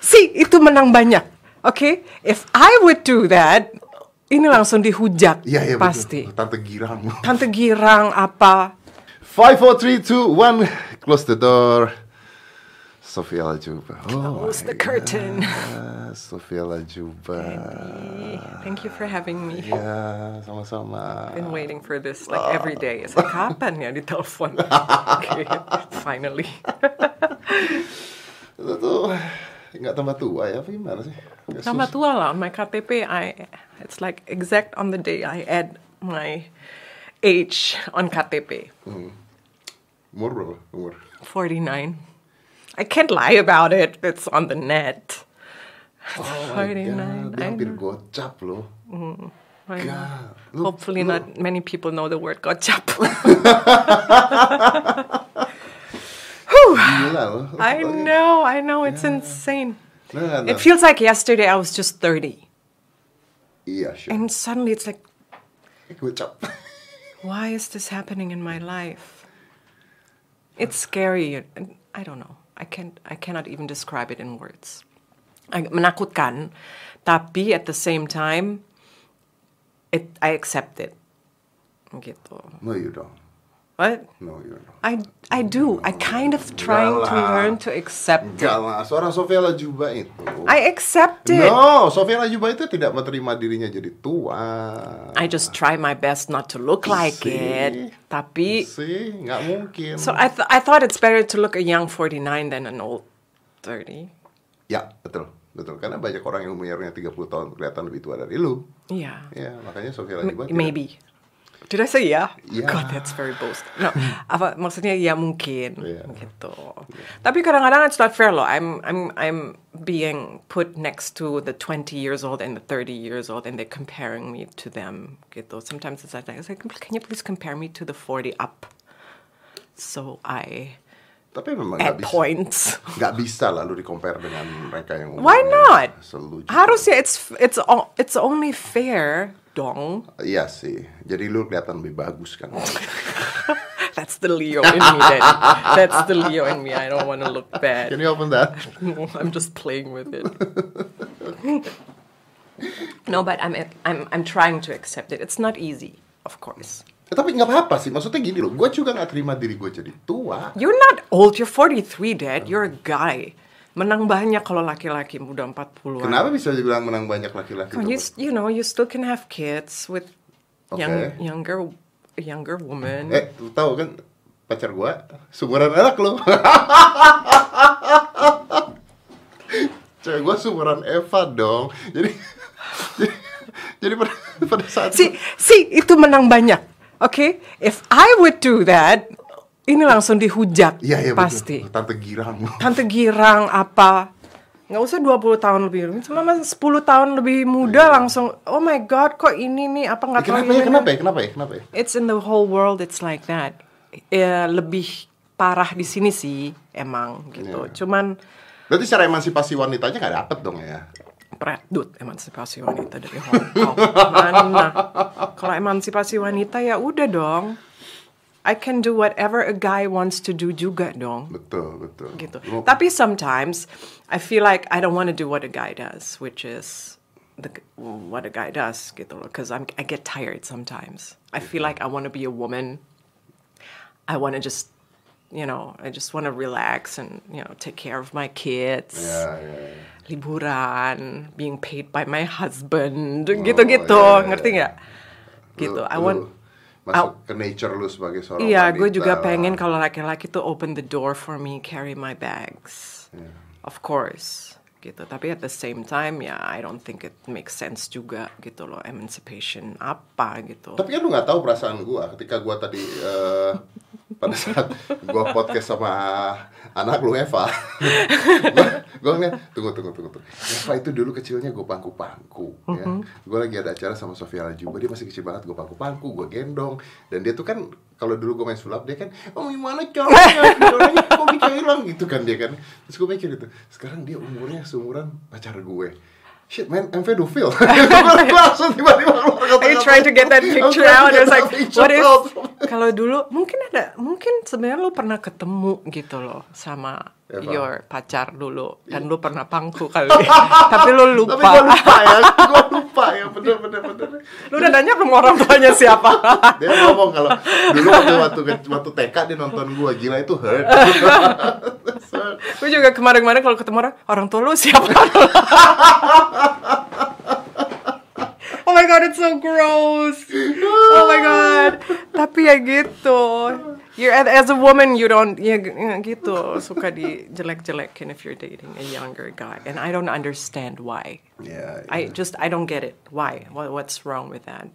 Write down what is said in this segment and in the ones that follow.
si itu menang banyak. Oke, if I would do that, ini langsung dihujat Iya, iya betul. pasti. Tante girang. Tante girang apa? Five, four, three, two, one. Close the door. Sofia Lajuba. Oh, Close the curtain. ah, Sofia Lajuba. Ah. Thank you for having me. Ya, sama-sama. Been waiting for this Ah. like every day. It's like kapan ya ditelepon? Okay, finally. Itu tuh nggak tambah tua ya, apa gimana sih? Nggak Nama sus- tua lah on my KTP I it's like exact on the day I add my age on KTP. Umur berapa? Umur. 49. I can't lie about it. It's on the net. Oh my 49, God, dia I hampir gocap loh. Why not? God, lu- Hopefully lu- not many people know the word gocap. Gila loh. Lu I kebayang. know, I know, it's insane. Nah, nah, nah. It feels like yesterday I was just 30. Iya, sure. And suddenly it's like, Gocap. why is this happening in my life? It's scary. and I don't know. I can't. I cannot even describe it in words. I- Menakutkan, tapi at the same time, it I accept it. Gitu. No, you don't. What? No, you don't. I I do. I kind of trying to Enggak lah. learn to accept Enggak it. lah, seorang Sofia Lajuba itu. I accept it. No, Sofia Lajuba itu tidak menerima dirinya jadi tua. I just try my best not to look like See? it. Tapi sih nggak mungkin. so I th- I thought it's better to look a young 49 than an old 30. Ya, betul. Betul, karena banyak orang yang umurnya 30 tahun kelihatan lebih tua dari lu. Yeah. Ya, makanya Sofia M- Lajuba tidak- maybe. Did I say yeah? Yeah. God, that's very boast. No, apa maksudnya ya mungkin Yeah. gitu. Tapi kadang-kadang it's not fair loh. I'm I'm I'm being put next to the 20 years old and the 30 years old and they're comparing me to them gitu. Sometimes it's like, it's like can you please compare me to the 40 up? So I Tapi memang add nggak bisa. points. Nggak bisa lah lu di-compare dengan mereka yang Why not? umurnya Seluju. Harusnya it's it's o- it's only fair dong. Iya sih. Jadi lu kelihatan lebih bagus Oh kan. That's the Leo in me then. That's the Leo in me. I don't want to look Can bad. you open that? No, I'm just playing with it. no, but I'm I'm I'm trying to accept it. It's not easy, of course. Eh, tapi nggak apa-apa sih. Maksudnya gini loh. Gue juga nggak terima diri gue jadi tua. You're not old. You're 43, Oh. Dad. You're a guy. Menang banyak kalau laki-laki muda 40-an. Kenapa bisa dibilang menang banyak laki-laki? Well, coba? You, s- you know, you still can have kids with young, Okay. younger younger woman. Eh, lu tahu kan pacar gua sumuran anak lo. Cewek gua sumuran Eva dong. Jadi jadi, jadi pada, pada saat Si, si itu menang banyak. Oke, if I would do that, ini langsung dihujat Iya, iya betul. pasti. Kan Tante Eh, girang. Tante girang apa? Nggak usah 20 tahun lebih, cuma mas 10 tahun lebih muda langsung. Oh my god, kok ini nih apa nggak tahu Iya. Kenapa ya? ini?" Kenapa ya? Kenapa ya? Kenapa ya? It's in the whole world, it's like that. Ya, lebih parah di sini sih emang gitu. Iya. Cuman Berarti secara emansipasi wanitanya nggak dapet dong ya? Predut emansipasi wanita dari Hong Kong. Mana? Kalau emansipasi wanita ya udah dong. I can do whatever a guy wants to do juga dong. Betul, betul. Gitu. Lu- Tapi sometimes I feel like I don't want to do what a guy does, which is the, what a guy does gitu loh. Because I get tired sometimes. I feel like I want to be a woman. I want to just, you know, I just want to relax and you know take care of my kids Ya, ya, ya. liburan, being paid by my Oh, husband, gitu-gitu, iya, iya, ngerti iya. nggak? Lu- Gitu, I lu want, masuk ke nature lu sebagai seorang iya, gue wanita juga lah. pengen kalau laki-laki tuh open the door for me, carry my bags, of course, gitu. Tapi at the same time, ya, I don't think it makes sense juga, gitu loh, emancipation apa gitu. Tapi kan lu nggak tahu perasaan gua ketika gua tadi eh, pada saat gua podcast sama anak lu Eva. gua, gua ngeliat, tunggu tunggu tunggu tunggu. Eva itu dulu kecilnya gua pangku-pangku ya. Mm-hmm. Gua lagi ada acara sama Sofia Lajuba, dia masih kecil banget gua pangku-pangku, gua gendong. Dan dia tuh kan kalau dulu gua main sulap dia kan oh gimana caranya caranya kok bisa hilang gitu kan dia kan terus gua mikir itu sekarang dia umurnya seumuran pacar gue shit man I'm pedophile Gua langsung tiba-tiba keluar I tried to get that I'm picture trying to out. I get was that like, picture what if out. Kalau dulu mungkin ada mungkin sebenarnya lu pernah ketemu gitu loh sama Ya, Pak. your pacar dulu dan lu pernah pangku kali. Iya. Tapi lu Tapi lupa. gue lupa ya, gue lupa ya, bener bener bener. Lu udah nanya belum orang tuanya siapa? Dia ngomong kalau dulu waktu waktu waktu TK dia nonton gue gila itu hurt. Gue juga kemarin-kemarin kalau ketemu orang, orang tua lu siapa? oh my god, it's so gross. Oh my god. Tapi ya gitu. You're as a woman you don't ya g- ya gitu suka dijelek-jelekin if you're dating a younger guy and I don't understand why. Ya, I just I don't get it. Why? What, what's wrong with that?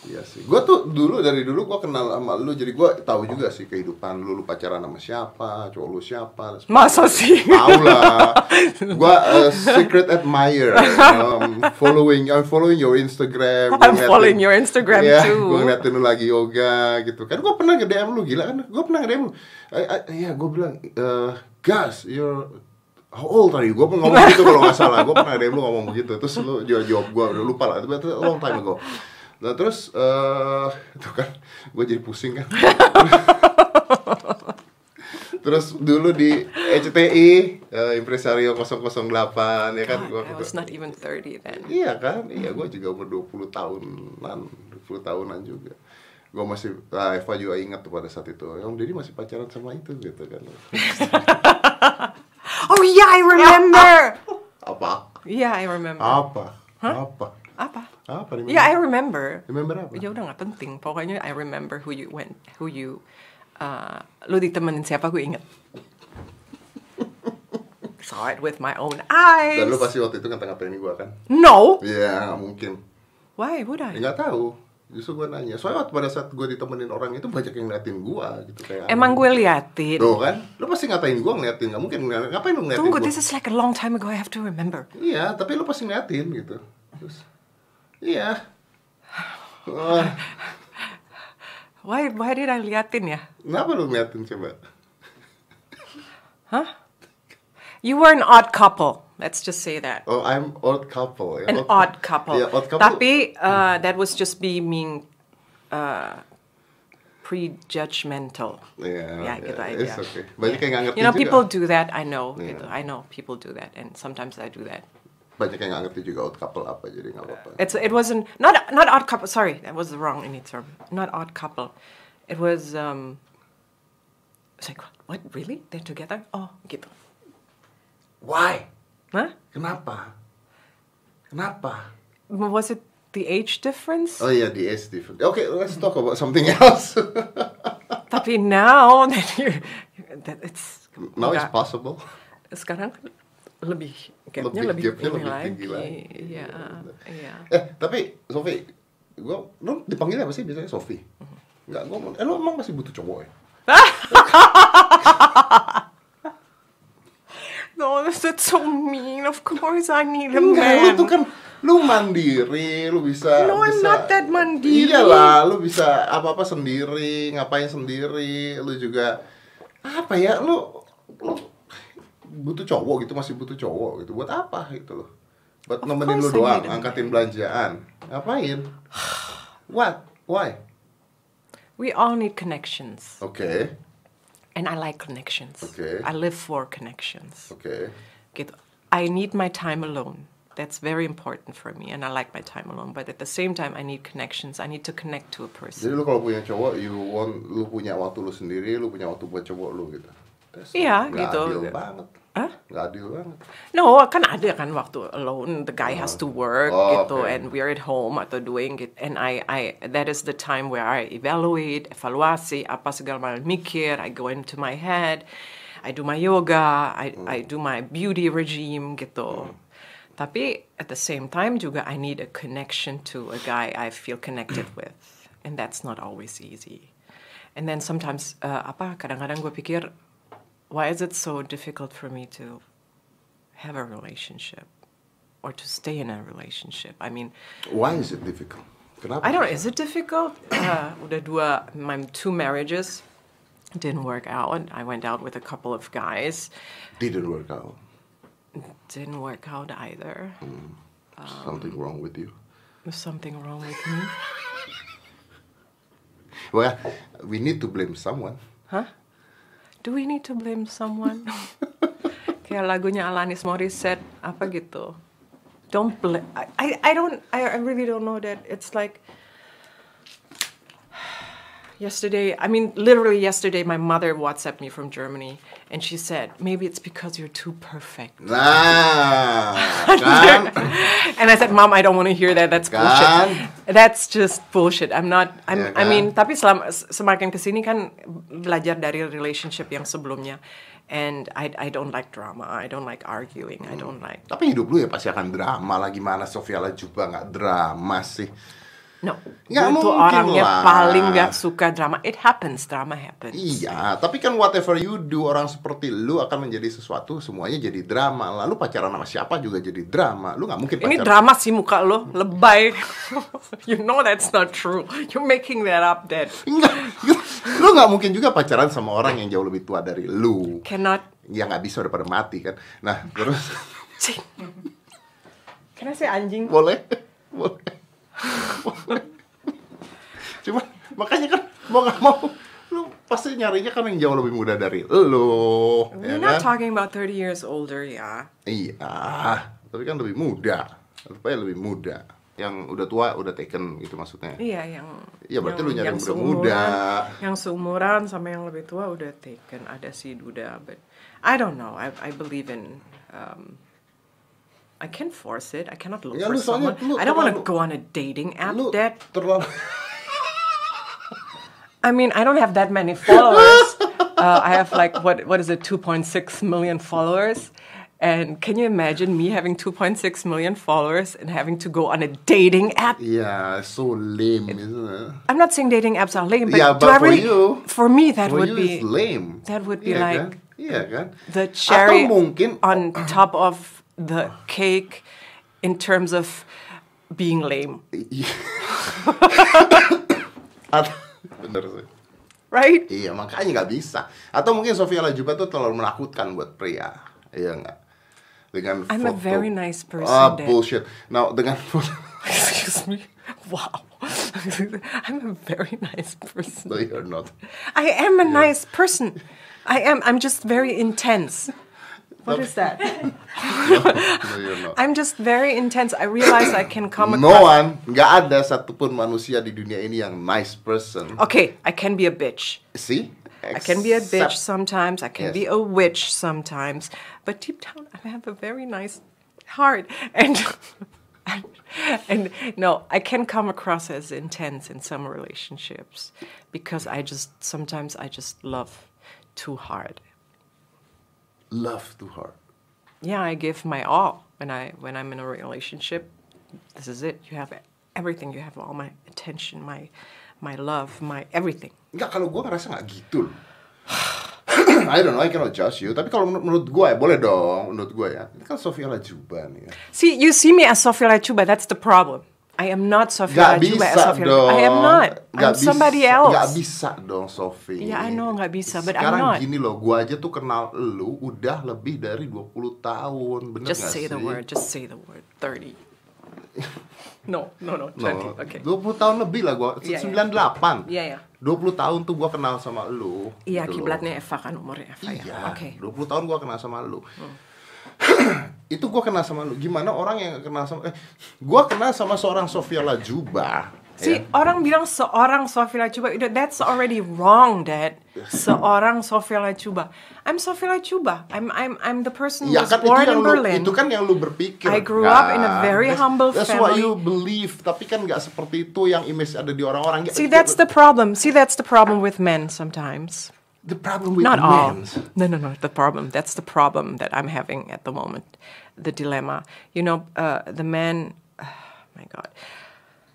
Iya sih. Gue tuh dulu dari dulu gue kenal sama lu, jadi gue tahu juga sih kehidupan lu, lu pacaran sama siapa, cowok lu siapa. dan sebagainya. Masa sih? Tahu lah. Gue uh, secret admirer. Um, following, I'm following your Instagram. Gua I'm following your Instagram Iya, too. Gue ngeliatin lu lagi yoga gitu. Kan gue pernah ke DM lu gila kan? Gue pernah ke DM lu. Eh, eh, Iya, gue bilang, eh Gas, you're How old are you? Gue ngomong gitu kalau nggak salah. Gue pernah ada yang lu ngomong begitu. Terus lu jawab jawab gue udah lupa lah. Itu itu long time ago. Nah terus eh itu kan gue jadi pusing kan. terus dulu di E HTI eh, Impresario 008 ya kan God, Ah, I gue was not even 30 then. Iya kan? Iya, gue juga umur 20 tahunan, 20 tahunan juga. Gue masih, ah, Eva juga ingat tuh pada saat itu, Om Deddy masih pacaran sama itu gitu kan. Oh yeah, I remember. Apa? yeah, I remember. Apa? Apa? Apa? Apa? Remember? Yeah, Ya, I remember. Remember apa? ya udah nggak penting pokoknya I remember who you went who you uh, lu ditemenin siapa gue inget saw it with my own eyes Dan lu pasti waktu itu ngata-ngatain gue kan? no Iya, nggak mungkin. why would Ya, I nggak tahu. Justru gue nanya. Soalnya waktu pada saat gue ditemenin orang itu banyak yang ngeliatin gue gitu kayak. emang gue liatin Tuh kan? Lu pasti ngatain gue ngeliatin, nggak mungkin ngeliatin. Ngapain lu ngeliatin tunggu gua? this is like a long time ago I have to remember Iya, tapi lu pasti ngeliatin gitu. Terus, iya. Wah, why why did I liatin ya kenapa lu ngeliatin coba? you were an odd couple let's just say that Oh, I'm odd couple. Ya. an odd couple. Iya, odd couple. Tapi uh, that was just being uh, prejudgmental. Iya, ya iya, gitu aja. Uh, Ya. it's okay. Banyak yang nggak ngerti You know juga. people do that. I know. Iya. Gitu. I know people do that, and sometimes I do that. banyak yang nggak ngerti juga odd couple apa, jadi nggak apa-apa. It's it wasn't not not odd couple. Sorry, that was the wrong any term. Not odd couple. It was um. It's like what? Really? They're together? Oh, gitu. Why? Huh? Kenapa? Kenapa? Was it the age difference? Oh iya, the age different. Oke, let's talk about something else. Tapi now that you that it's Now it's nggak- possible. sekarang lebih gapnya Lebih- lebih, gapnya ini lebih lagi. tinggi lagi. Iya, iya. Eh, tapi Sofi, gua lu dipanggilnya apa sih biasanya Sofi? Enggak, gua mau- eh lu emang masih butuh cowok ya? No, that's that's so mean. Of course I need a Enggak, lu man. tuh kan lu mandiri, lu bisa No, I'm bisa- not that mandiri. Iyalah, lu bisa apa-apa sendiri, ngapain sendiri, lu juga apa ya, lu lu butuh cowok gitu, masih butuh cowok gitu. Buat apa gitu loh? Buat nemenin lu course I doang, need a man. angkatin belanjaan. Ngapain? What? Why? We all need connections. Oke. And I like connections. Okay. I live for connections. Oke. Gitu. I need my time alone. That's very important for me and I like my time alone. But at the same time I need connections. I need to connect to a person. Jadi lu kalau punya cowok, you want lu punya waktu lu sendiri, lu punya waktu buat cowok lu gitu. That's- Iya, nggak gitu. Adil banget. Hah? Nggak adil banget. No, kan ada kan waktu alone, the guy has to work Oh, gitu, okay. and we are at home atau doing it, and I, I, that is the time where I evaluate, evaluasi, apa segala macam mikir, I go into my head, I do my yoga, I, I Hmm. do my beauty regime gitu. Tapi at the same time juga I need a connection to a guy I feel connected with, and that's not always easy. And then sometimes uh, apa kadang-kadang gue pikir why is it so difficult for me to have a relationship or to stay in a relationship. I mean, Why is it difficult? Kenapa? I don't know, is it difficult? Uh, udah dua, my two marriages didn't work out. I went out with a couple of guys, Didn't work out. didn't work out either. Ah. Something wrong with you. There's something wrong with me. Well, we need to blame someone. Do we need to blame someone? Kayak lagunya Alanis Morissette apa gitu. Don't blame. I, I I don't. I, I really don't know that. It's like yesterday. I mean, literally yesterday, my mother WhatsApped me from Germany, and she said, "Maybe it's because you're too perfect." Nah, kan? and I said, "Mom, I don't want to hear that. That's Kan? bullshit. That's just bullshit. I'm not. I'm, Ya I kan? mean, tapi selama, semakin kesini kan belajar dari relationship yang sebelumnya. And I I don't like drama. I don't like arguing. I don't like Tapi hidup lu ya pasti akan drama lah. Gimana Sofia Lajuba nggak drama sih? no. Nggak Gue tuh mungkin orangnya lah. paling gak suka drama. It happens. Drama happens. Iya, tapi kan whatever you do orang seperti lu akan menjadi sesuatu semuanya jadi drama. Lalu pacaran sama siapa juga jadi drama. Lu nggak mungkin Ini pacaran. drama sih muka lo, lebay. you know that's not true. You're making that up, Dad. Enggak. lu nggak mungkin juga pacaran sama orang yang jauh lebih tua dari lu. Cannot. Ya nggak bisa udah pada mati kan. Nah terus Cing. Can I say anjing? boleh, boleh, boleh. Cuma makanya kan mau nggak mau lu pasti nyarinya kan yang jauh lebih muda dari lu. We're ya not kan? talking about 30 years older, ya. Iya, tapi kan lebih muda. Rupanya lebih muda. Yang udah tua udah taken gitu maksudnya. Iya, yang Iya, berarti yang- lu nyari yang yang seumuran- muda. Yang seumuran sama yang lebih tua udah taken. Ada si Duda, but I don't know. I I believe in um, I can force it. I cannot look for Ya, lu soalnya- someone. lu I don't want to go terlalu- on a dating app, Lu Dad. terlalu I mean, I don't have that many followers. uh, I have like what what is it, 2.6 million followers. And can you imagine me having 2.6 million followers and having to go on a dating app? Iya, gitu. so lame isn't it? I'm not saying dating apps are lame, but, Yeah, do but I for really- you- for me that For would you be it's lame. that would be Iya like kan? Iya kan? the cherry Atau mungkin on top of the cake in terms of being lame, Atau- bener sih. right? Iya, makanya nggak bisa. Atau mungkin Sofia Lajuba tuh terlalu menakutkan buat pria. Iya nggak? Dengan I'm a foto. very nice person, Ah, Dad. bullshit. Now dengan foto Excuse me. Wow. I'm a very nice person. No, you're not. I am a nice person. I am. I'm just very intense. What is that? No, you're not. I'm just very intense. I realize I can come No across. one, nggak ada satupun manusia di dunia ini yang nice person. Okay, I can be a bitch. See? I can be a bitch Except- sometimes. I can Yes. be a witch sometimes. But deep down, I have a very nice heart, and and, no, I can come across as intense in some relationships because I just sometimes I just love too hard. Love too hard. Yeah, I give my all when I when I'm in a relationship. This is it. You have everything. You have all my attention, my my love, my everything. Nggak, kalau gue ngerasa nggak gitu loh. I don't know, I cannot judge you. Tapi kalau menur- menurut gue ya, boleh dong. Menurut gue ya. Ini kan Sofia Lajuba nih ya. See, you see me as Sofia Lachuba. That's the problem. I am not Sofia Gak Lachuba as bisa eh, Sofia dong. I am not. Nggak I'm somebody bisa- else. Nggak bisa dong, Sofi. Iya, I know nggak bisa, but I'm Sekarang not. gini loh, gue aja tuh kenal lu udah lebih dari 20 tahun. Bener Just nggak say the sih? word. Just say the word. 30. no, no, no. 20. No, Okay. 20 tahun lebih lah gua. Iya, iya. 98. Iya, iya. 20 tahun tuh gua kenal sama lu. Iya, e gitu loh. kiblatnya Eva kan umurnya Eva ya. Iya. Oke. Hmm. 20 tahun gua kenal sama lu. itu gua kenal sama lu. Gimana orang yang nggak kenal sama eh gua kenal sama seorang Sofia Lajuba. See, ya. orang bilang seorang Sofia Lachuba, that's already wrong, Dad. Seorang Sofia Lachuba. I'm Sofia Lachuba. I'm I'm I'm the person who Ya was kan itu born in yang lu, Berlin. itu kan yang lu berpikir. I grew up in a kan? very That's- humble that's family. what you believe, tapi kan nggak seperti itu yang image ada di orang-orang. Gitu. See, that's the problem. See, that's the problem with men sometimes. the problem with Not all. men. No, no, no. The problem. That's the problem that I'm having at the moment. The dilemma. You know, uh, the men. my God.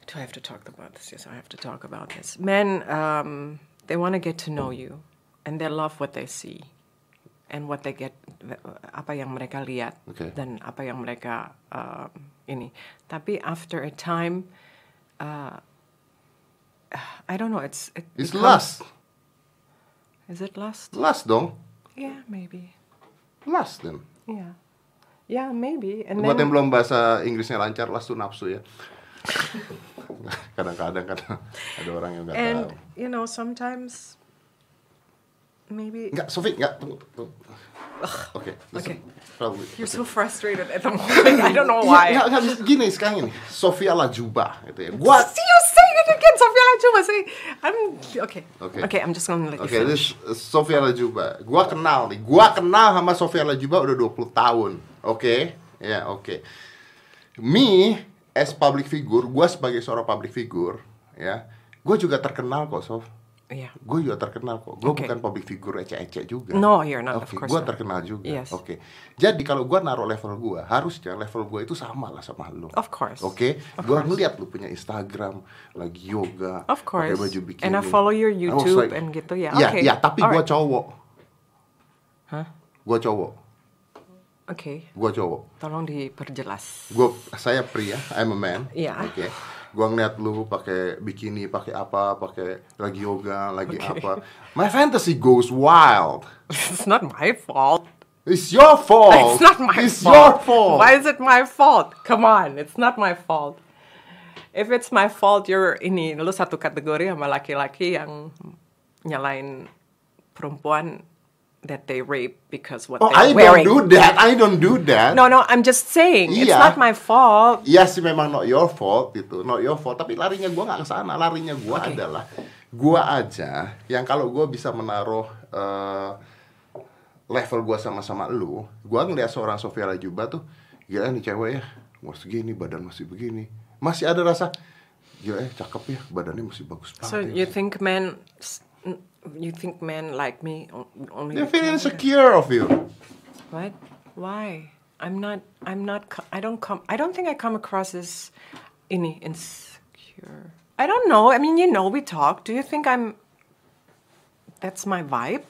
Do I have to talk about this? Yes, I have to talk about this. Men, um, they want to get to know you, and they love what they see, and what they get, uh, apa yang mereka lihat, Okay. dan apa yang mereka um, ini. Tapi after a time, uh, I don't know. It's it It's becomes- lust. Is it lust? Lust dong. Yeah, maybe. Lust then. Yeah. Yeah, maybe. And Buat yang then belum bahasa Inggrisnya lancar, last tuh nafsu ya. kadang-kadang kan ada orang yang nggak and tahu you know sometimes maybe nggak Sofi nggak tunggu tunggu oke Oke. probably you're so frustrated at the moment I don't know why Iya, nggak, nggak, gini sekarang ini Sofia Lajuba gitu ya gua See you saying it again, Sofia Lajuba. Say, I'm okay. Okay. Okay, I'm just gonna let Oke, you ini finish. Sofia Lajuba. Gua kenal nih. Gua kenal sama Sofia Lajuba udah 20 tahun. Oke? Ya, oke. Me as public figure, gua sebagai seorang public figure, ya. Gue juga terkenal kok, Sof. Yeah. Gue juga terkenal kok. Gue Oke. bukan public figure ecek-ecek juga. No, you're not, of Oke, course gua not. terkenal juga. Yes. Oke. Jadi kalau gua naruh level gua, harusnya level gua itu sama lah sama lu. Of course. Oke. Gua ngeliat lu punya Instagram, lagi yoga, Of pakai course. baju bikini. And I follow your I was YouTube and gitu ya. Iya, Oke. iya, tapi gua Alright. cowok. Hah? Gua cowok. Okay. Gua cowok. Tolong diperjelas. Gua saya pria, I'm a man. Iya. Oke. Gua ngeliat lu pakai bikini, pakai apa, pakai lagi yoga, lagi Oke. apa. My fantasy goes wild. It's not my fault. It's your fault. It's not my It's fault. your fault. Why is it my fault? Come on, it's not my fault. If it's my fault, you're ini lu satu kategori sama laki-laki yang nyalain perempuan that they rape because what Oh, they're I wearing. don't do that. I don't do that. No, no, I'm just saying it's Iya. not my fault. Iya sih memang not your fault gitu, not your fault. Tapi larinya gua nggak ke sana, larinya gua Oke. adalah gua aja yang kalau gua bisa menaruh eh, level gua sama-sama lu, gua ngeliat seorang Sofia Lajuba tuh, gila nih cewek ya, umur segini, badan masih begini, masih ada rasa, gila ya cakep ya, badannya masih bagus banget. So ya." you think men, you think men like me on- only? They feel insecure of you. What? Why? I'm not. I'm not. co- I don't come. I don't think I come across as any insecure. I don't know. I mean, you know, we talk. Do you think I'm? That's my vibe.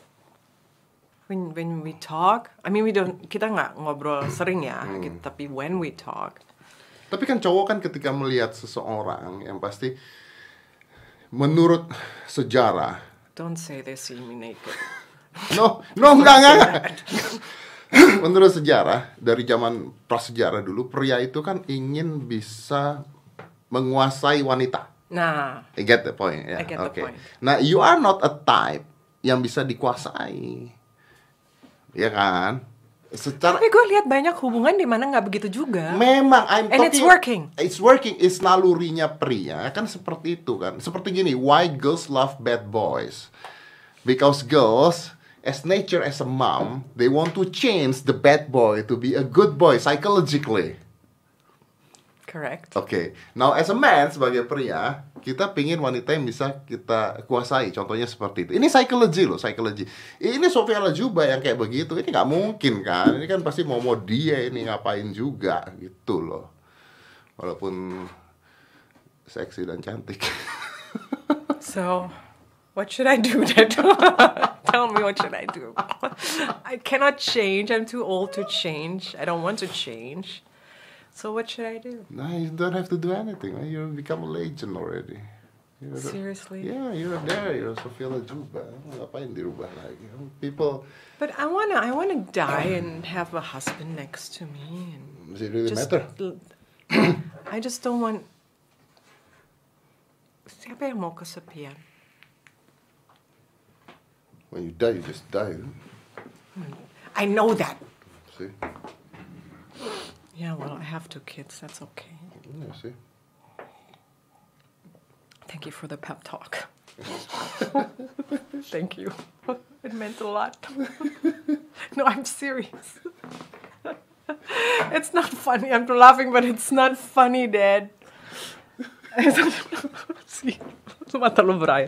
When when we talk, I mean, we don't. Kita nggak ngobrol sering ya. gitu, tapi when we talk, Tapi kan cowok kan ketika melihat seseorang yang pasti menurut sejarah don't say they see me naked. No, no enggak enggak. enggak. Menurut sejarah dari zaman prasejarah dulu pria itu kan ingin bisa menguasai wanita. Nah, I get the point I ya. get the Oke. point. Nah, you are not a type yang bisa dikuasai. Ya kan? Secara tapi gue lihat banyak hubungan di mana nggak begitu juga. Memang I'm And it's talking- working. It's working is nalurinya pria kan seperti itu kan. Seperti gini, eh, why girls love bad boys? Because girls as nature as a mom, they want to change the bad boy to be a good boy psychologically. Correct. Oke, now as a man sebagai pria, kita pingin wanita yang bisa kita kuasai. Contohnya seperti itu. Ini psikologi loh, psikologi. Ini Sofia Lajuba yang kayak begitu. Ini nggak mungkin kan? Ini kan pasti mau mau dia ini ngapain juga gitu loh. Walaupun seksi dan cantik. So, what should I do then? Tell me what should I do? I cannot change. I'm too old to change. I don't want to change. So what should I do? Nah, you don't have to do anything. man. You become a legend already. You're the- Seriously? Yeah, you're there. You're Sofia Lajuba. Ngapain dirubah lagi? People But I wanna I wanna die and have a husband next to me and does it really matter? l- I just don't want Siapa yang mau kesepian? When you die, you just die. I know that. See? Yeah, well, I have two kids. That's okay. Iya sih. Thank you for the pep talk. Thank you. It meant a lot. no, I'm serious. it's not funny. I'm laughing, but it's not funny, Dad. See, mata lu berair.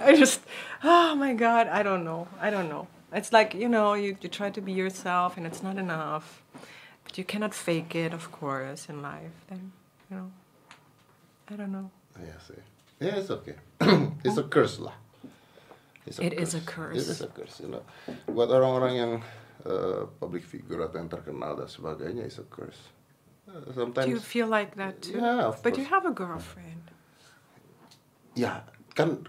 I just, oh my God, I don't know. I don't know. It's like, you know, you, you try to be yourself and it's not enough. But you cannot fake it, of course, in life. Then, you know, I don't know. Iya sih. Yeah, it's okay. it's a curse lah. It's It is a curse. It is a curse. You know. Buat orang-orang yang eh, public figure atau yang terkenal dan sebagainya, it's a curse. Eh, Do you sometimes. feel like that too? Yeah, of but you course. have a girlfriend. Ya, kan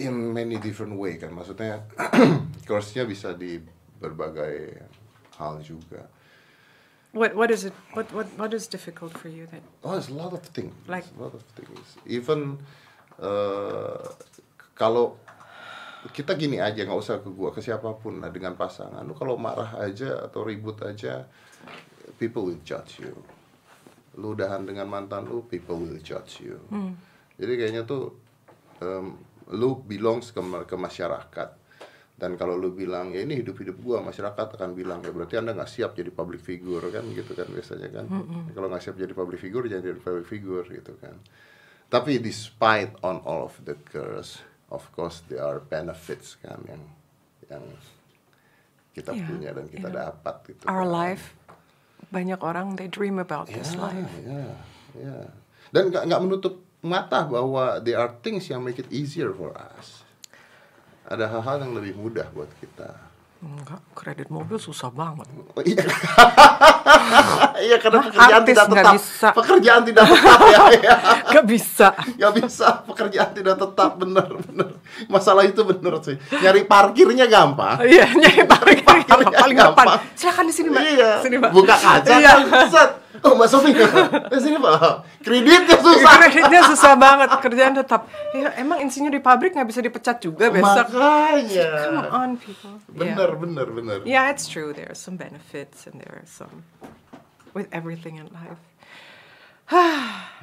in many different way kan. Maksudnya curse-nya bisa di berbagai hal juga. What what is it? What what what is difficult for you then? Oh, it's a lot of things. Like- It's a lot of things. Even eh, kalau kita gini aja nggak usah ke gua ke siapapun lah dengan pasangan lu kalau marah aja atau ribut aja people will judge you lu udahan dengan mantan lu people will judge you Hmm. jadi kayaknya tuh em, lu belongs ke, ma- ke masyarakat dan kalau lu bilang ya ini hidup hidup gua masyarakat akan bilang ya berarti anda nggak siap jadi public figure kan gitu kan biasanya kan kalau nggak siap jadi public figure jangan jadi public figure gitu kan tapi despite on all of the curse of course there are benefits kan yang yang kita Iya, punya dan kita iya. dapat gitu Our kan. life. Banyak orang they dream about this Ya, life. ya, ya. Dan nggak nggak menutup mata bahwa there are things yang make it easier for us. Ada hal-hal yang lebih mudah buat kita. Enggak, kredit mobil susah banget. Oh, iya. iya karena pekerjaan Nah, artis tidak nggak tetap. bisa. Pekerjaan tidak tetap ya. ya. Gak bisa. Nggak bisa, pekerjaan tidak tetap bener bener. Masalah itu bener sih. Nyari parkirnya gampang. Iya, nyari parkir Parkirnya paling depan. gampang. Silakan di sini, Mbak. Iya. Sini, Mbak. Buka kaca. Iya. kan, set. Oh, Mas Sofi. Di sini, Pak. Kreditnya susah. Kreditnya susah banget, kerjaan tetap. Ya, emang insinyur di pabrik nggak bisa dipecat juga besok. Iya. Makanya. Come on, people. Bener, bener, bener. Yeah. yeah, it's true. There are some benefits and there are some with everything in life.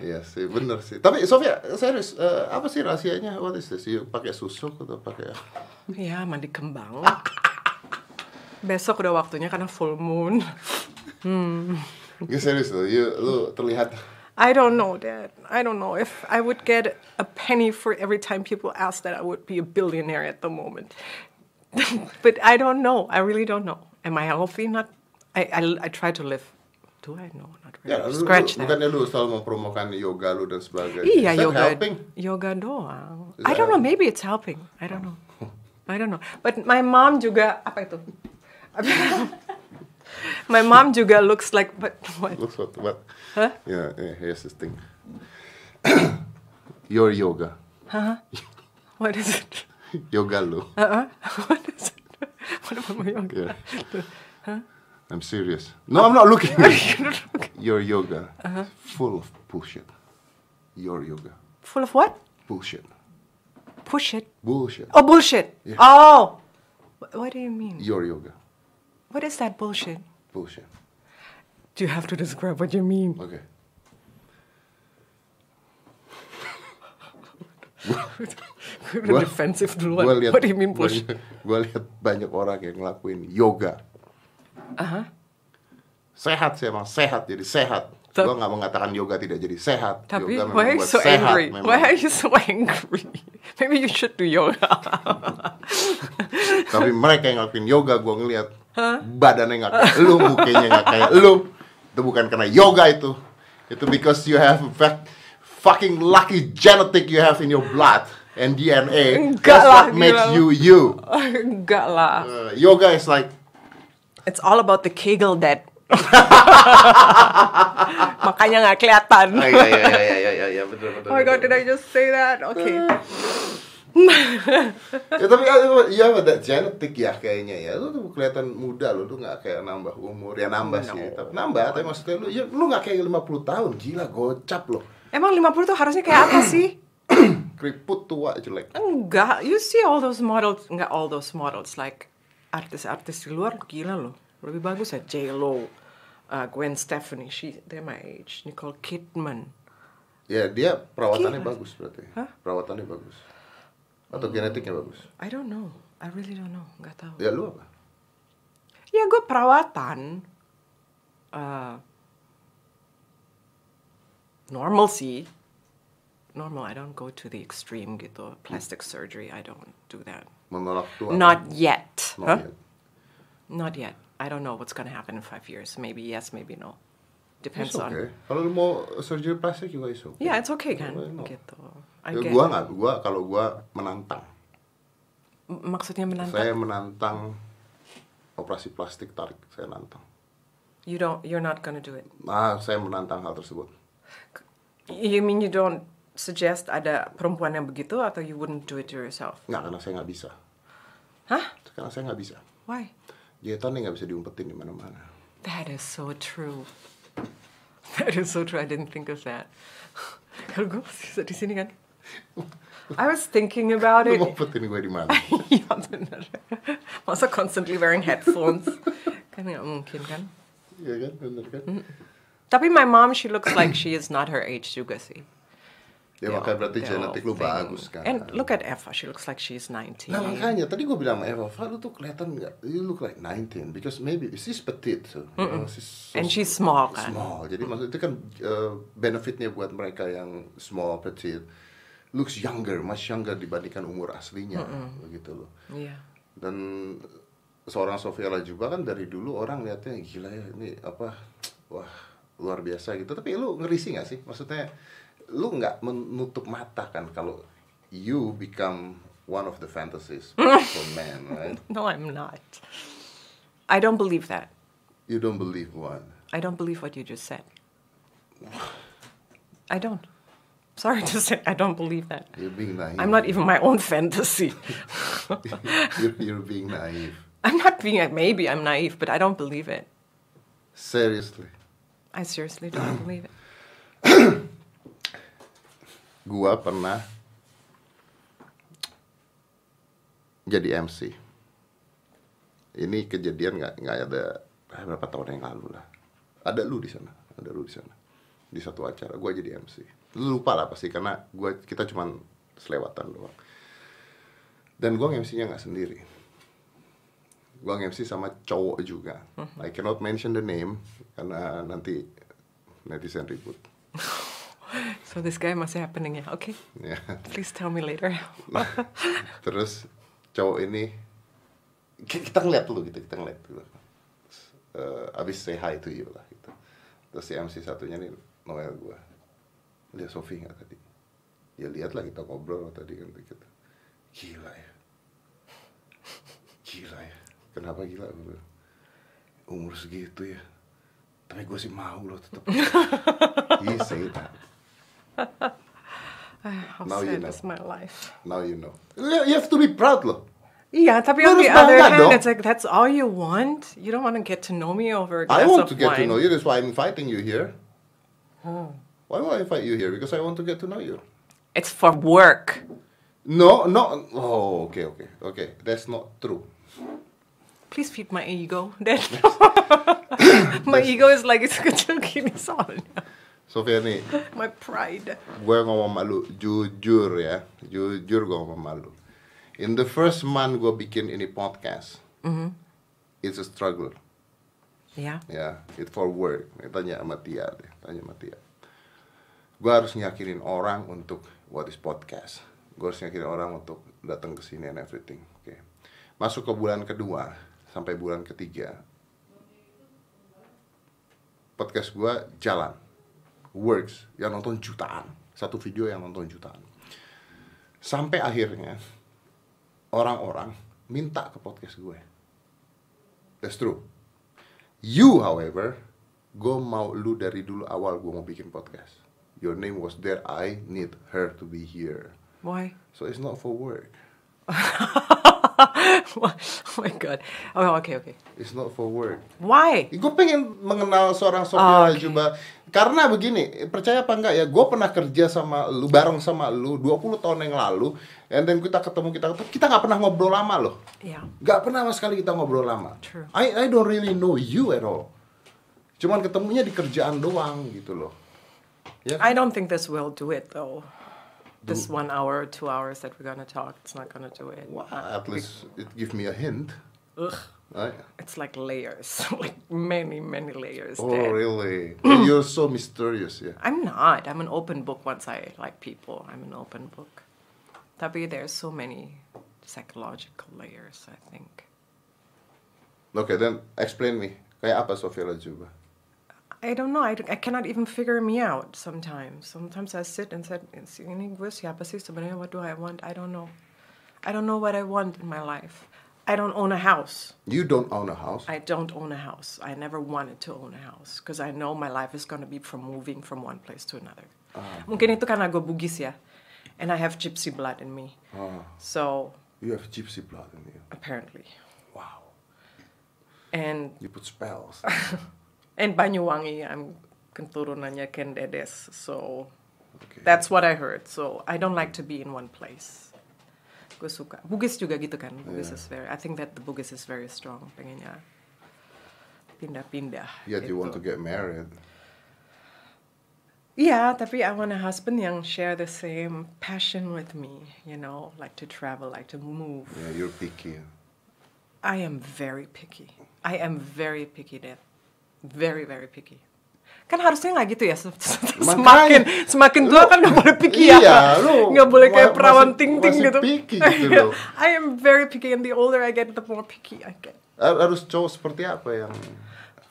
Iya sih, bener sih. Tapi Sofia, serius, eh, apa sih rahasianya? What is this? You pakai susuk atau pakai apa? Ya, mandi kembang. Besok udah waktunya karena full moon. Nggak serius loh, you, lu terlihat I don't know that. I don't know if I would get a penny for every time people ask that I would be a billionaire at the moment. but I don't know. I really don't know. Am I healthy? Not. I, I, I try to live. Do I? No, not really. Ya, lu, lu, Scratch that. bukannya lu selalu mempromokan yoga lu dan sebagainya Iya, Is that yoga. helping? Yoga doang. Is I that don't know, helping? maybe it's helping. I don't know. I don't know. But my mom juga apa itu? my mom juga looks like but what? Looks what, what? Huh? Yeah, yeah, here's this thing Your yoga What is it? Yoga lu Uh-uh. What is it? What about my yoga? yeah. I'm serious No, I'm not looking Your yoga Uh-huh. Full of bullshit Your yoga Full of what? Bullshit Push it. Bullshit Oh, bullshit. Yeah. Oh. Wh- What do you mean? Your yoga What is that bullshit? Bullshit Do you have to describe what you mean? ya. Oke. Udah defensif duluan. Gua lihat What do you mean bullshit? Gua, gua lihat banyak orang yang ngelakuin yoga. Sehat sih emang sehat jadi sehat. Tap- gua nggak mengatakan yoga tidak jadi sehat. Tapi yoga memang why are you buat so sehat angry? memang. Why are you so angry? Maybe you should do yoga. Tapi mereka yang ngelakuin yoga gua ngelihat badannya nggak kayak lu, mukanya nggak kayak lu. Itu bukan karena yoga itu. Itu because you have fact, fucking lucky genetic you have in your blood and DNA. Enggak That's lah, what makes gila. you you. Enggak lah. Uh, yoga is like It's all about the Kegel Dad. Makanya nggak kelihatan. Ah, iya iya iya iya, iya iya betul betul. Oh my god, did I just say that? Okay. Ya tapi ya, ya ada genetik ya kayaknya ya. Lu tuh kelihatan muda lu tuh nggak kayak nambah umur ya nambah sih. Tapi nambah tapi maksudnya lu ya lu nggak kayak 50 tahun gila gocap lo. Emang 50 tuh harusnya kayak apa sih? Keriput tua jelek. Enggak, you see all those models, enggak all those models, like artis-artis di luar gila loh, lebih bagus ya J Lo, uh, Gwen Stefani, she they're my age, Nicole Kidman, Ya dia perawatannya Gila. bagus berarti. Perawatannya bagus. Atau genetiknya bagus. I don't know, I really don't know, nggak tahu. Ya lu apa? Ya gue perawatan, uh, normal sih, normal. I don't go to the extreme gitu, plastic surgery, I don't do that. Menolak tua. Not yet. Not Huh? yet. Not yet. I don't know what's going to happen in five years. Maybe yes, maybe no. Depends It's on. okay. Kalau lu mau surgery plastik juga is okay. Yeah, it's okay kan. Why not? Gitu. I Ya, get. gua nggak, gua kalau gua menantang. M- Maksudnya menantang. Saya menantang operasi plastik tarik. Saya nantang. You don't. You're not gonna do it. Nah, saya menantang hal tersebut. You mean you don't suggest ada perempuan yang begitu atau you wouldn't do it to yourself? Nggak, karena saya nggak bisa. Hah? Karena saya nggak bisa. Why? Jahitannya nggak bisa diumpetin di mana-mana. That is so true. That is so true. I didn't think of that. Kalau gue masih bisa di sini kan. I was thinking about Lu it. mau putin gue di mana? Iya bener. Masa constantly wearing headphones? kan nggak mungkin kan. Iya kan, bener kan? Tapi my mom, she looks like she is not her age juga sih. Ya makanya berarti genetik lu bagus kan. And look at Eva, she looks like she's 19. Nah makanya tadi gue bilang sama Eva, Fa lu tuh kelihatan nggak? You look like 19 because maybe she's petite, so, you know, she's so And she's small kan. small. Jadi maksudnya itu kan uh, benefitnya buat mereka yang small petite looks younger, much younger dibandingkan umur aslinya, begitu loh. Iya. Dan seorang Sofia Lajuba kan dari dulu orang lihatnya gila ya ini apa, wah luar biasa gitu. Tapi lu ngerisi nggak sih? Maksudnya lu nggak menutup mata kan kalau you become one of the fantasies for men, right? No, I'm not. I don't believe that. You don't believe one. I don't believe what you just said. I don't. Sorry to say, I don't believe that. You're being naive. I'm not even my own fantasy. you're, you're being naive. I'm not being, maybe I'm naive, but I don't believe it. Seriously. I seriously don't believe it. gua pernah jadi MC. Ini kejadian nggak nggak ada eh, berapa tahun yang lalu lah. Ada lu di sana, ada lu di sana di satu acara. Gua jadi MC. Lu lupa lah pasti karena gua kita cuman selewatan doang. Dan gua MC-nya nggak sendiri. Gua MC sama cowok juga. I cannot mention the name karena nanti netizen ribut. So this guy must be happening, yeah. Okay, Ya. please tell me later. Nah, terus cowok ini ki- kita ngeliat dulu gitu kita ngeliat dulu Terus, eh, abis say hi to you lah gitu terus si MC satunya nih Noel gua lihat Sofi nggak tadi ya lihat lah kita ngobrol tadi kan gitu gila ya gila ya kenapa gila Gua bilang, umur segitu ya tapi gue sih mau loh tetep he say that Ah, How Now you sad know. is my life. now you know you have to be proud loh Yeah, tapi Lu on harus the other bangga hand, dong. it's like that's all you want. You don't want to get to know me over a glass I of want to get wine. to know you. That's why I'm inviting you here. Oh. Why would I invite you here? Because I want to get to know you. It's for work. No, no. Oh, okay, okay, okay. That's not true. Please feed my ego. Then my ego is like it's kecil gini soalnya. Sofia nih, My pride. gue ngomong malu, jujur ya, jujur gue ngomong malu. In the first month gue bikin ini podcast, it's a struggle. Yeah. ya it for work Ini tanya sama Tia deh tanya sama Tia gue harus nyakinin orang untuk what is podcast gue harus nyakinin orang untuk datang ke sini and everything oke masuk ke bulan kedua sampai bulan ketiga podcast gue jalan works yang nonton jutaan satu video yang nonton jutaan sampai akhirnya orang-orang minta ke podcast gue that's true You, however, gue mau lu dari dulu awal gue mau bikin podcast. Your name was there. I need her to be here. Why? So it's not for work. oh my god. Oh, okay, okay. It's not for work. Why? Gue pengen mengenal seorang Oh, Sofia Lajuba karena begini, percaya apa enggak ya, gue pernah kerja sama lu, bareng sama lu 20 tahun yang lalu and then kita ketemu, kita ketemu, kita nggak pernah ngobrol lama loh Yeah. nggak pernah sama sekali kita ngobrol lama. True. I I don't really know you at all. Cuman ketemunya di kerjaan doang gitu loh. Ya kan? I don't think this will do it though. This one hour or two hours that we're gonna talk, it's not gonna do it. Wah, at least it give me a hint. Ugh. Right? It's like layers, like many, many layers. Oh there. really? And You're so mysterious ya. I'm not. I'm an open book once I like people. I'm an open book. Tapi there's so many psychological layers, I think. Oke, then explain me. Kayak apa Sofia Lajuba? I don't know. I, d- I cannot even figure me out sometimes. Sometimes I sit and said, ini gue siapa sih sebenarnya? What do I want? I don't know. I don't know what I want in my life. I don't own a house. You don't own a house. I don't own a house. I never wanted to own a house because I know my life is going to be from moving from one place to another. Mungkin itu karena gue Bugis ya. And I have gypsy blood in me. Ah. So, You have gypsy blood in you. apparently. Wow. and You put spells. and Banyuwangi, I'm keturunannya Kendedes, so Okay. that's what I heard. So I don't like to be in one place. Gue suka. Bugis juga gitu kan. Bugis Yeah. is very. I think that the Bugis is very strong. Pengennya pindah-pindah. Yet you want to gitu. get married. Yeah, tapi I want a husband yang share the same passion with me. You know, like to travel, like to move. Yeah, you're picky. I am very picky. I am very picky, Dad. Very, very picky. Kan harusnya nggak gitu ya, se- se- semakin semakin tua kan nggak boleh picky iya, ya, lu nggak boleh kayak ma- perawan masih- ting ting masih gitu. picky gitu loh. I am very picky, and the older I get, the more picky I get. Har- Harus cowok seperti apa yang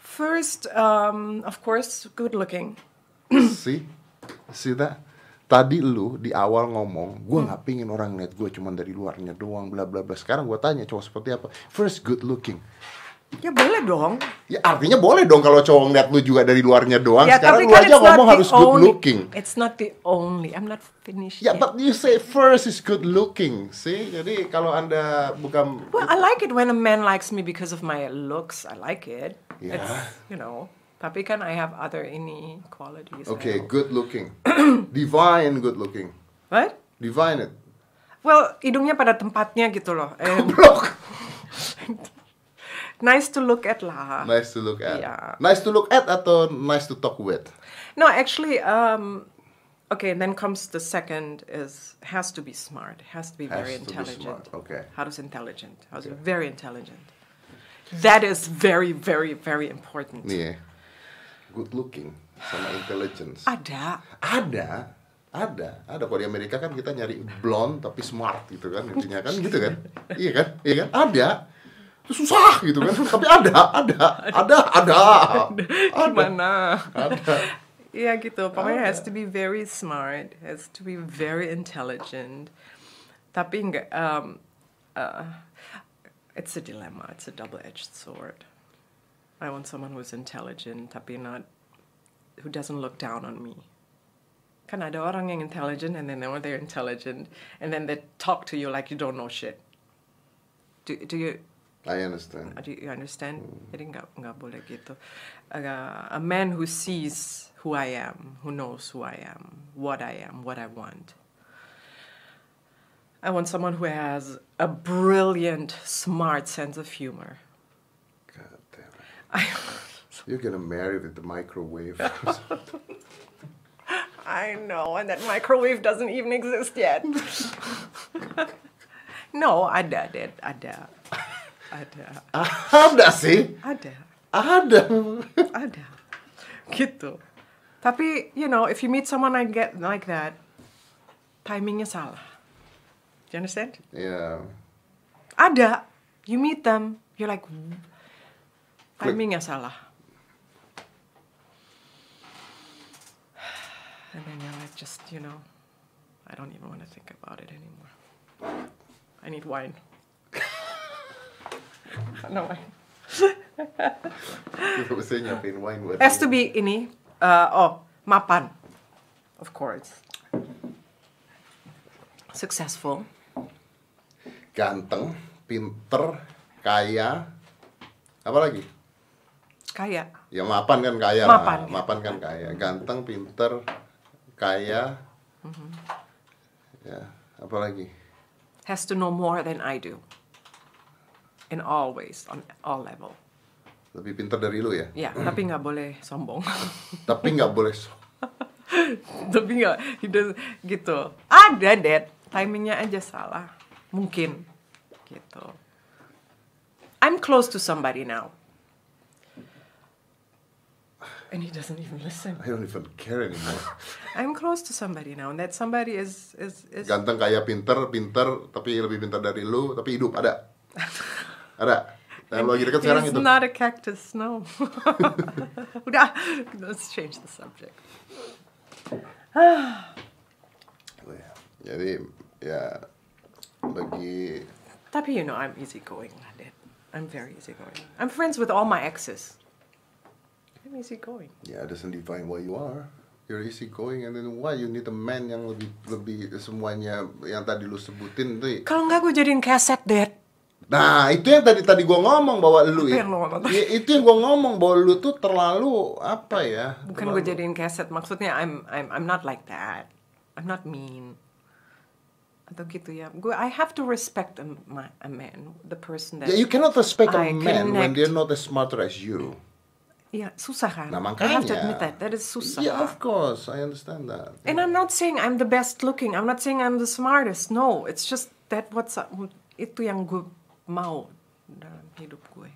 First, um, of course, good looking. si Sita tadi lu di awal ngomong gue nggak pingin orang lihat gue cuman dari luarnya doang bla bla bla sekarang gue tanya cowok seperti apa first good looking Ya boleh dong. ya artinya boleh dong kalau cowok ngeliat lu juga dari luarnya doang Ya tapi sekarang lu kan aja it's not ngomong the harus good only. looking It's not the only. I'm not finished. yet. ya but you say first is good looking sih jadi kalau anda bukan Well, I like it when a man likes me because of my looks. I like it. Yeah. It's, you know, tapi kan I have other any qualities. I okay don't- good looking divine good looking What? divine it Well, hidungnya pada tempatnya gitu loh. And blok nice to look at lah. nice to look at Iya. nice to look at atau nice to talk with No, actually, um, okay. And then comes the second is has to be smart. Has to be Has very to be intelligent. smart, okay. Harus intelligent. Harus very intelligent. That is very, very, very important. Nih ya, good looking sama intelligence. Ada. Ada, ada, ada. Kalau di Amerika kan kita nyari blonde tapi smart gitu kan, intinya kan gitu kan, iya kan, iya kan, ada. Itu susah gitu kan, tapi ada, ada, ada, ada, ada. Gimana? ada. Yeah, gitu. Pokoknya has to be very smart, has to be very intelligent. Tapi nggak, um, uh, it's a dilemma. It's a double-edged sword. I want someone who's intelligent, tapi not who doesn't look down on me. Kan ada orang yang intelligent, and then they- they're intelligent, and then they talk to you like you don't know shit. Do, do you I understand. do you understand? Jadi nggak nggak boleh gitu. Agak- a man who sees who I am, who knows who I am, what I am, what I want. I want someone who has a brilliant, smart sense of humor. God damn it. I, You're gonna marry with the microwave. I know, and that microwave doesn't even exist yet. no, ada, Dad, ada, ada, ada sih, ada. ada. ada gitu tapi you know if you meet someone I get like that timingnya salah do you understand Ya, ada you meet them you're like "Hmm, Quick. timingnya salah and then you're like just you know I don't even want to think about it anymore I need wine no wine kita mesti nyiapin wine buat. has to be ini uh, oh mapan of course successful Ganteng, pinter, kaya, apa lagi? kaya Ya mapan kan kaya Mapan. lah. Mapan kan kaya. Ganteng, pinter, kaya. Ya, apa lagi? has to know more than I do in all ways on all level Lebih pinter dari lu ya. ya tapi nggak boleh sombong Tapi nggak boleh so- tapi nggak he does- gitu ada dad timingnya aja salah mungkin gitu I'm close to somebody now and he doesn't even listen I don't even care anymore. I'm close to somebody now, and that somebody is is is Ganteng, kaya, pinter, pinter, tapi lebih pinter dari lu, tapi hidup ada. Ada. Nah, lu lagi deket sekarang He's itu. not a cactus, no. Udah, let's change the subject. Oh, iya. Jadi ya bagi Tapi you know, I'm easygoing, lah, Dad. I'm very easygoing. I'm friends with all my exes. I'm easygoing. ya doesn't define what you are. You're easy going and then why you need a man yang lebih lebih semuanya yang tadi lu sebutin tuh Kalau nggak gue jadiin keset, Dad. Nah, itu yang tadi tadi gua ngomong bahwa lu Apa yang lu ngomong? Iya, itu yang gua ngomong bahwa lu tuh terlalu apa ya? Bukan gue jadiin keset, maksudnya I'm I'm I'm not like that. I'm not mean. Atau gitu ya. Gue I have to respect a, ma- a man, the person that. Yeah, Ya, you cannot respect a I man when connect. they're not as smarter as you. Iya, susah kan? Nah, I have to makanya. admit that. That is susah. Eh. Yeah, of course, I understand that. And I'm not saying I'm the best looking. I'm not saying I'm the smartest. No, it's just that what's itu yang gue mau dalam hidup gue.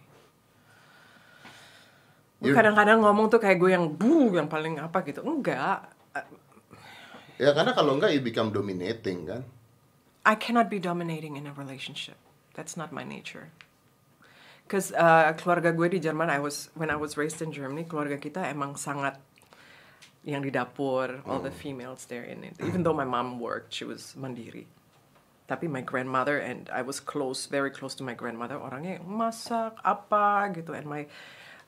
Gue You- kadang-kadang ngomong tuh kayak gue yang bu, yang paling apa gitu. Enggak. Ya karena kalau enggak you become dominating kan. I cannot be dominating in a relationship. That's not my nature. Because uh, keluarga gue di Jerman, I was when I was raised in Germany, keluarga kita emang sangat yang di dapur, all the females there in it. Even though my mom worked, she was mandiri. Tapi my grandmother and I was close, very close to my grandmother. Orangnya masak apa gitu, and my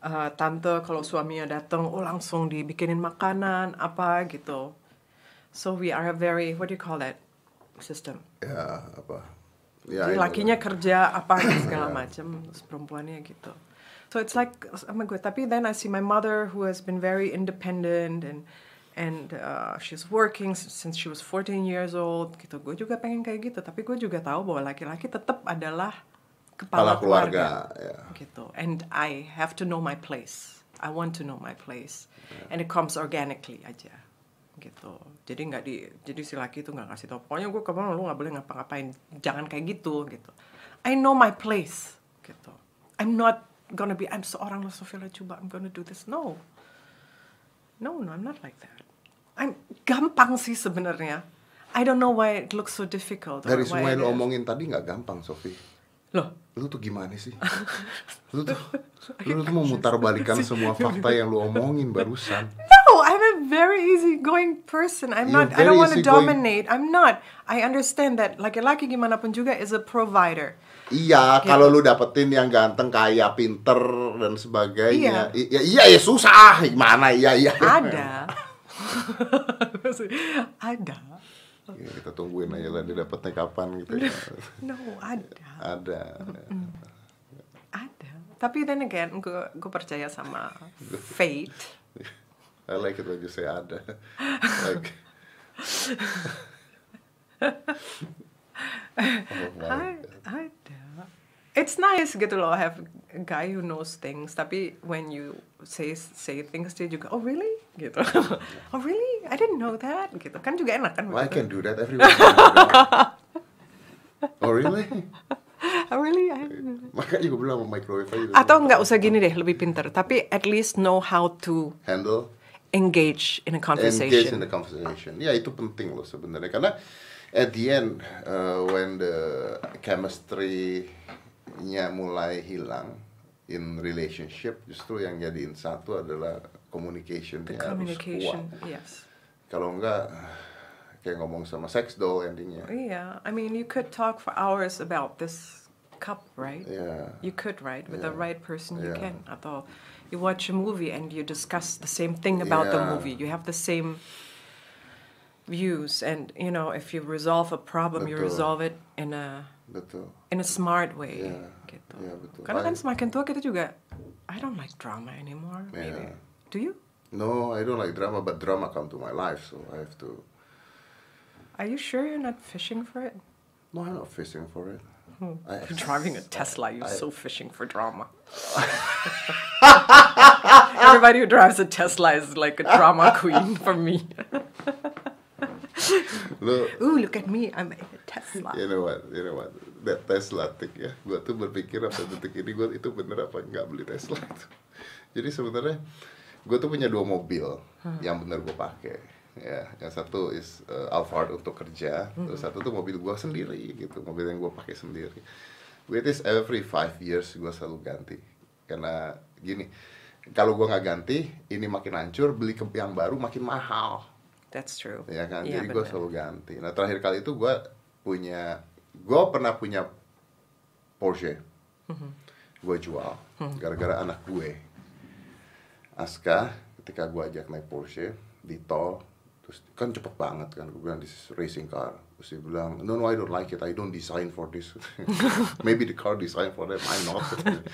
uh, tante kalau suaminya datang, oh langsung dibikinin makanan apa gitu. So we are a very what do you call that system? Ya apa? Ya, Jadi I know lakinya that. kerja apa segala macam, terus perempuannya gitu. So it's like sama gue. Tapi then I see my mother who has been very independent and and uh, she's working s- since she was 14 years old gitu. Gue juga pengen kayak gitu, tapi gue juga tahu bahwa laki-laki tetap adalah kepala, kepala keluarga. ya. gitu. And I have to know my place. I want to know my place. And it comes organically aja, gitu. Jadi nggak di, jadi si laki itu nggak kasih tau. Pokoknya gue kemana lu nggak boleh ngapa-ngapain. Jangan kayak gitu, gitu. I know my place, gitu. I'm not gonna be. I'm seorang Sofia coba. I'm gonna do this. No, no, no. I'm not like that. I'm gampang sih sebenarnya. I don't know why it looks so difficult. or Dari why semua it yang lo is. omongin tadi nggak gampang, Sofi. Loh, Lu tuh gimana sih? Lu tuh lu tuh memutar balikan semua fakta yang lu omongin barusan. No, I'm a very easygoing person. I'm You're not. I very don't want to easygoing. dominate. I'm not. I understand that laki-laki gimana pun juga is a provider. Iya, Gitu. kalau lu dapetin yang ganteng, kaya, pinter dan sebagainya. Iya. I- ya- iya, ya susah. Gimana? Iya, iya. Ada. ada. Ya, kita tungguin aja lah dia dapetnya kapan gitu ya. No, ada. Ada. Ada. Tapi then again, gue gue percaya sama fate. I like it when you say ada. Like. Oh my A- ada. It's nice gitu loh have a guy who knows things. Tapi when you say say things dia juga oh really gitu. oh really? I didn't know that gitu. Kan juga enak kan. Well, Oh, I begitu. can do that. Everyone can do that. Oh really? Oh, really? I don't know. Makanya gue bilang sama microwave aja. Atau nggak usah gini deh, lebih pinter. Tapi at least know how to Handle. engage in a Engage in conversation. the conversation. Ya itu penting loh sebenarnya karena at the end uh, when the chemistry-nya mulai hilang in relationship justru yang jadiin satu adalah communication The harus kuat. communication, yes. Kalau enggak kayak ngomong sama sex doll endingnya. Yeah, I mean, you could talk for hours about this cup, right? Yeah. You could, right? With the Yeah. right person, you Yeah. can. Atau you watch a movie and you discuss the same thing about Yeah. the movie. You have the same views, and you know, if you resolve a problem, you Betul. resolve it in a Betul. in a smart way. Yeah. Gitu. Yeah, betul. Karena kan I- semakin tua kita juga, I don't like drama anymore. Maybe. Yeah. Do you? No, I don't like drama, but drama come to my life, so I have to. Are you sure you're not fishing for it? No, I'm not fishing for it. I- You're driving a Tesla, you're so fishing for drama. Everybody who drives a Tesla is like a drama queen for me. Lu, Ooh, look at me, I'm in a Tesla. You know what, you know what, that Tesla thing ya, gue tuh berpikir sampai detik ini gue itu bener apa nggak beli Tesla itu. Jadi sebenarnya gue tuh punya dua mobil yang bener gue pakai. Ya, yang satu is uh, Alphard untuk kerja, terus satu tuh mobil gue sendiri gitu, mobil yang gue pakai sendiri. Which is every five years gue selalu ganti, karena gini, kalau gue nggak ganti, ini makin hancur, beli ke yang baru makin mahal That's true. ya kan Iya, jadi gue bener. selalu ganti nah terakhir kali itu gue punya gue pernah punya Porsche Mm-hmm. gue jual gara-gara anak gue Aska ketika gue ajak naik Porsche di tol terus kan cepet banget kan gue bilang this is racing car terus dia bilang no no I don't like it I don't design for this maybe the car design for them I'm not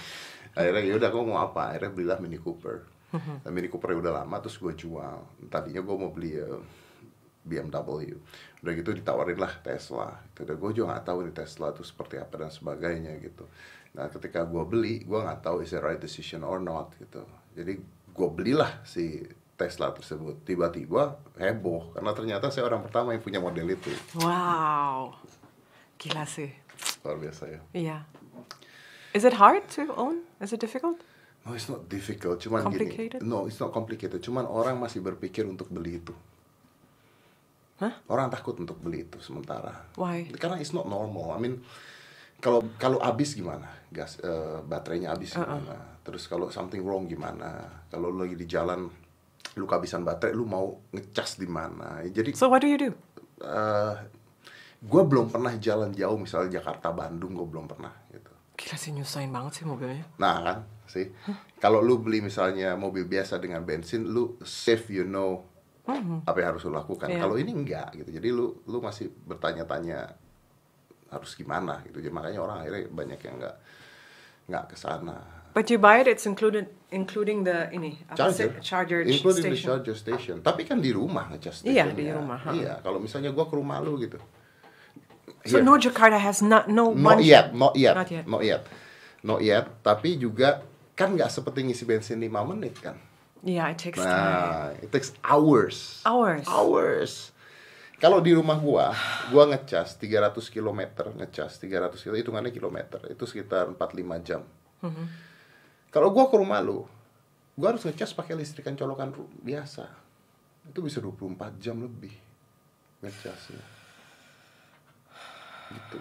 akhirnya yaudah gue mau apa akhirnya belilah Mini Cooper Mm-hmm. Nah, Mini Cooper udah lama terus gue jual tadinya gue mau beli eh, BMW udah gitu ditawarin lah Tesla itu udah gue juga nggak tahu nih Tesla tuh seperti apa dan sebagainya gitu nah ketika gue beli gue nggak tahu is it right decision or not gitu jadi gue belilah si Tesla tersebut tiba-tiba heboh karena ternyata saya orang pertama yang punya model itu Wow. Gila sih. luar biasa ya Yeah. Is it hard to own? Is it difficult? no it's not difficult cuman gini Complicated? no it's not complicated cuman orang masih berpikir untuk beli itu Hah? orang takut untuk beli itu sementara Why? karena it's not normal I mean kalau kalau habis gimana gas eh, baterainya habis gimana terus kalau something wrong gimana kalau lu lagi di jalan lu kehabisan baterai lu mau ngecas di mana Ya, jadi So what do you do? gue belum pernah jalan jauh misalnya Jakarta Bandung gue belum pernah gitu Gila sih nyusahin banget sih mobilnya. nah kan sih kalau lu beli misalnya mobil biasa dengan bensin lu safe you know apa yang harus lu lakukan Hmm. Iya. kalau ini enggak gitu jadi lu lu masih bertanya-tanya harus gimana gitu jadi makanya orang akhirnya banyak yang enggak nggak ke sana But you buy it, it's included, including the ini apa sih? charger, charger including the station. charger station. Tapi kan di rumah ngecas Iya, stationnya. di rumah, ha. Iya, kalau misalnya gua ke rumah lu gitu. So Here. no Jakarta has not no one. Not yet, not yet, Not yet. not yet, not yet. Tapi juga kan nggak seperti ngisi bensin 5 menit kan. Yeah, it takes time. Nah, it takes hours. Hours. Hours. Kalau di rumah gua, gua ngecas 300 km, ngecas 300 km, hitungannya kilometer, itu sekitar 45 jam. Kalau gua ke rumah lu, gua harus ngecas pakai listrikan colokan ru- biasa. Itu bisa 24 jam lebih ngecasnya. Gitu.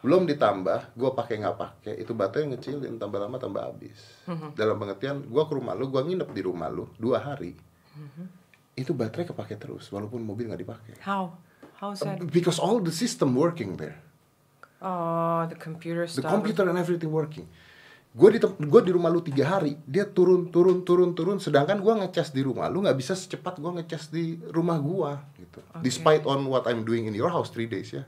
Belum ditambah, gua pakai nggak pakai, itu baterai ngecilin tambah lama tambah habis. Dalam pengertian, gua ke rumah lu, gua nginep di rumah lu dua hari. Itu baterai kepake terus, walaupun mobil nggak dipakai. Um, How? How's that? Because all the system working there. Oh, the computer The stuff. computer and everything working. Gue di tem- gua di rumah lu tiga hari, dia turun turun turun turun. Sedangkan gua ngecas di rumah lu nggak bisa secepat gua ngecas di rumah gua gitu. Despite on what I'm doing in your house three days ya.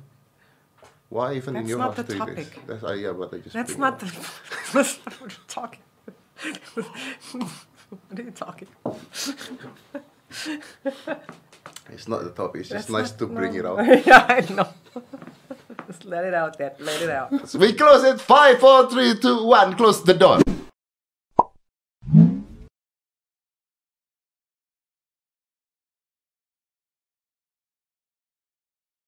Why even in That's your not the house three days? topic. That's uh, yeah, but I just That's bring not it the. That's not what we're talking. what are you talking? up. It's not the topic. It's That's just nice not- to bring it no. out. yeah, I know. Just let it out, Dad. Let it out. So we close it. Five, four, three, two, one. Close the door.